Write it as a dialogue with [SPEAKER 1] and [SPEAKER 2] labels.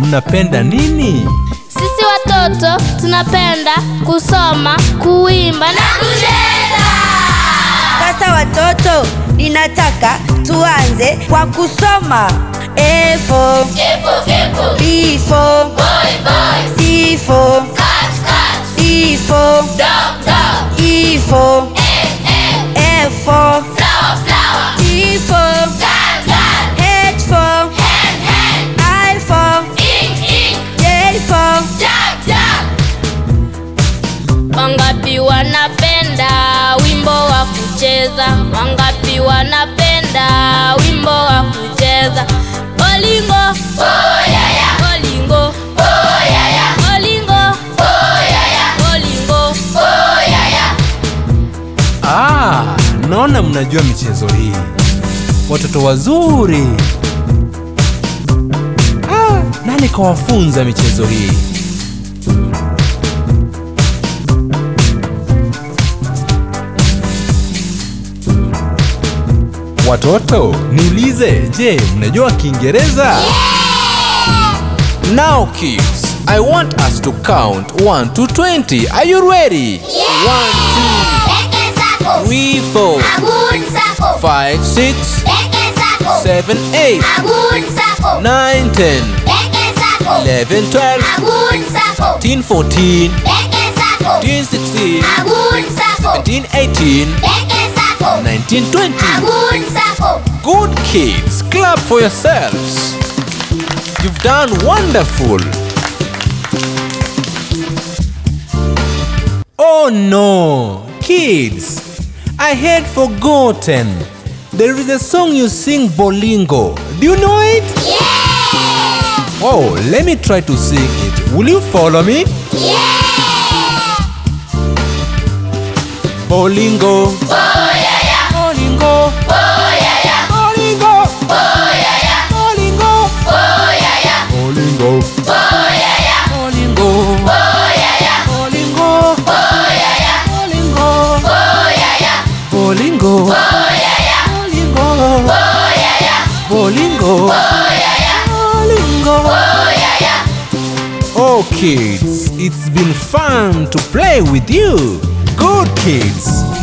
[SPEAKER 1] mnapenda nini
[SPEAKER 2] sisi watoto tunapenda kusoma kuimba na kucheza
[SPEAKER 3] Sasa watoto, ninataka tuanze kwa kusoma A for
[SPEAKER 2] kipu kipu
[SPEAKER 3] B for
[SPEAKER 2] boy boy
[SPEAKER 3] C for
[SPEAKER 2] cut cut
[SPEAKER 3] D for
[SPEAKER 2] dog dog
[SPEAKER 3] E for
[SPEAKER 2] eh eh
[SPEAKER 3] F for
[SPEAKER 2] flower flower
[SPEAKER 3] G for
[SPEAKER 2] gun gun
[SPEAKER 3] H for
[SPEAKER 2] hand hand
[SPEAKER 3] I for
[SPEAKER 2] ink ink
[SPEAKER 3] J for
[SPEAKER 2] jack jack wangapi wanapenda wimbo wa kucheza wangapi wanapenda wimbo wa kucheza olingo boyaya olingo boyaya olingo boyaya olingo boyaya
[SPEAKER 1] ah, naona mnajua michezo hii watoto wazuri ah, nani kawafunza michezo hii watoto niulize je mnajua kiingereza
[SPEAKER 4] Now, kids, I want us to count 1 to 20. Are you ready?
[SPEAKER 5] Peke zako,
[SPEAKER 4] 3, 4,
[SPEAKER 5] aguri zako,
[SPEAKER 4] 5, 6,
[SPEAKER 5] peke zako,
[SPEAKER 4] 7, 8,
[SPEAKER 5] aguri zako,
[SPEAKER 4] 9, 10,
[SPEAKER 5] peke zako,
[SPEAKER 4] 11, 12,
[SPEAKER 5] aguri zako,
[SPEAKER 4] 13, 14,
[SPEAKER 5] peke zako,
[SPEAKER 4] 15, 16,
[SPEAKER 5] aguri zako,
[SPEAKER 4] 17, 18,
[SPEAKER 5] peke zako,
[SPEAKER 4] 19, 20.
[SPEAKER 5] aguri zako.
[SPEAKER 4] Good kids, clap for yourselves. You've done wonderful.
[SPEAKER 1] Oh no, kids! I had forgotten. There is a song you sing, Bolingo. Do you know it? Yeah! Oh, let me try to sing it. Will you follow me? Yeah! Bolingo. Oh, Bolingo. Bolingo. Bolingo. Bolingo. Bolingo. Bolingo. Bolingo. Bolingo. Bolingo. Bolingo. Bolingo. Oh, kids, it's been fun to play with you. Good kids.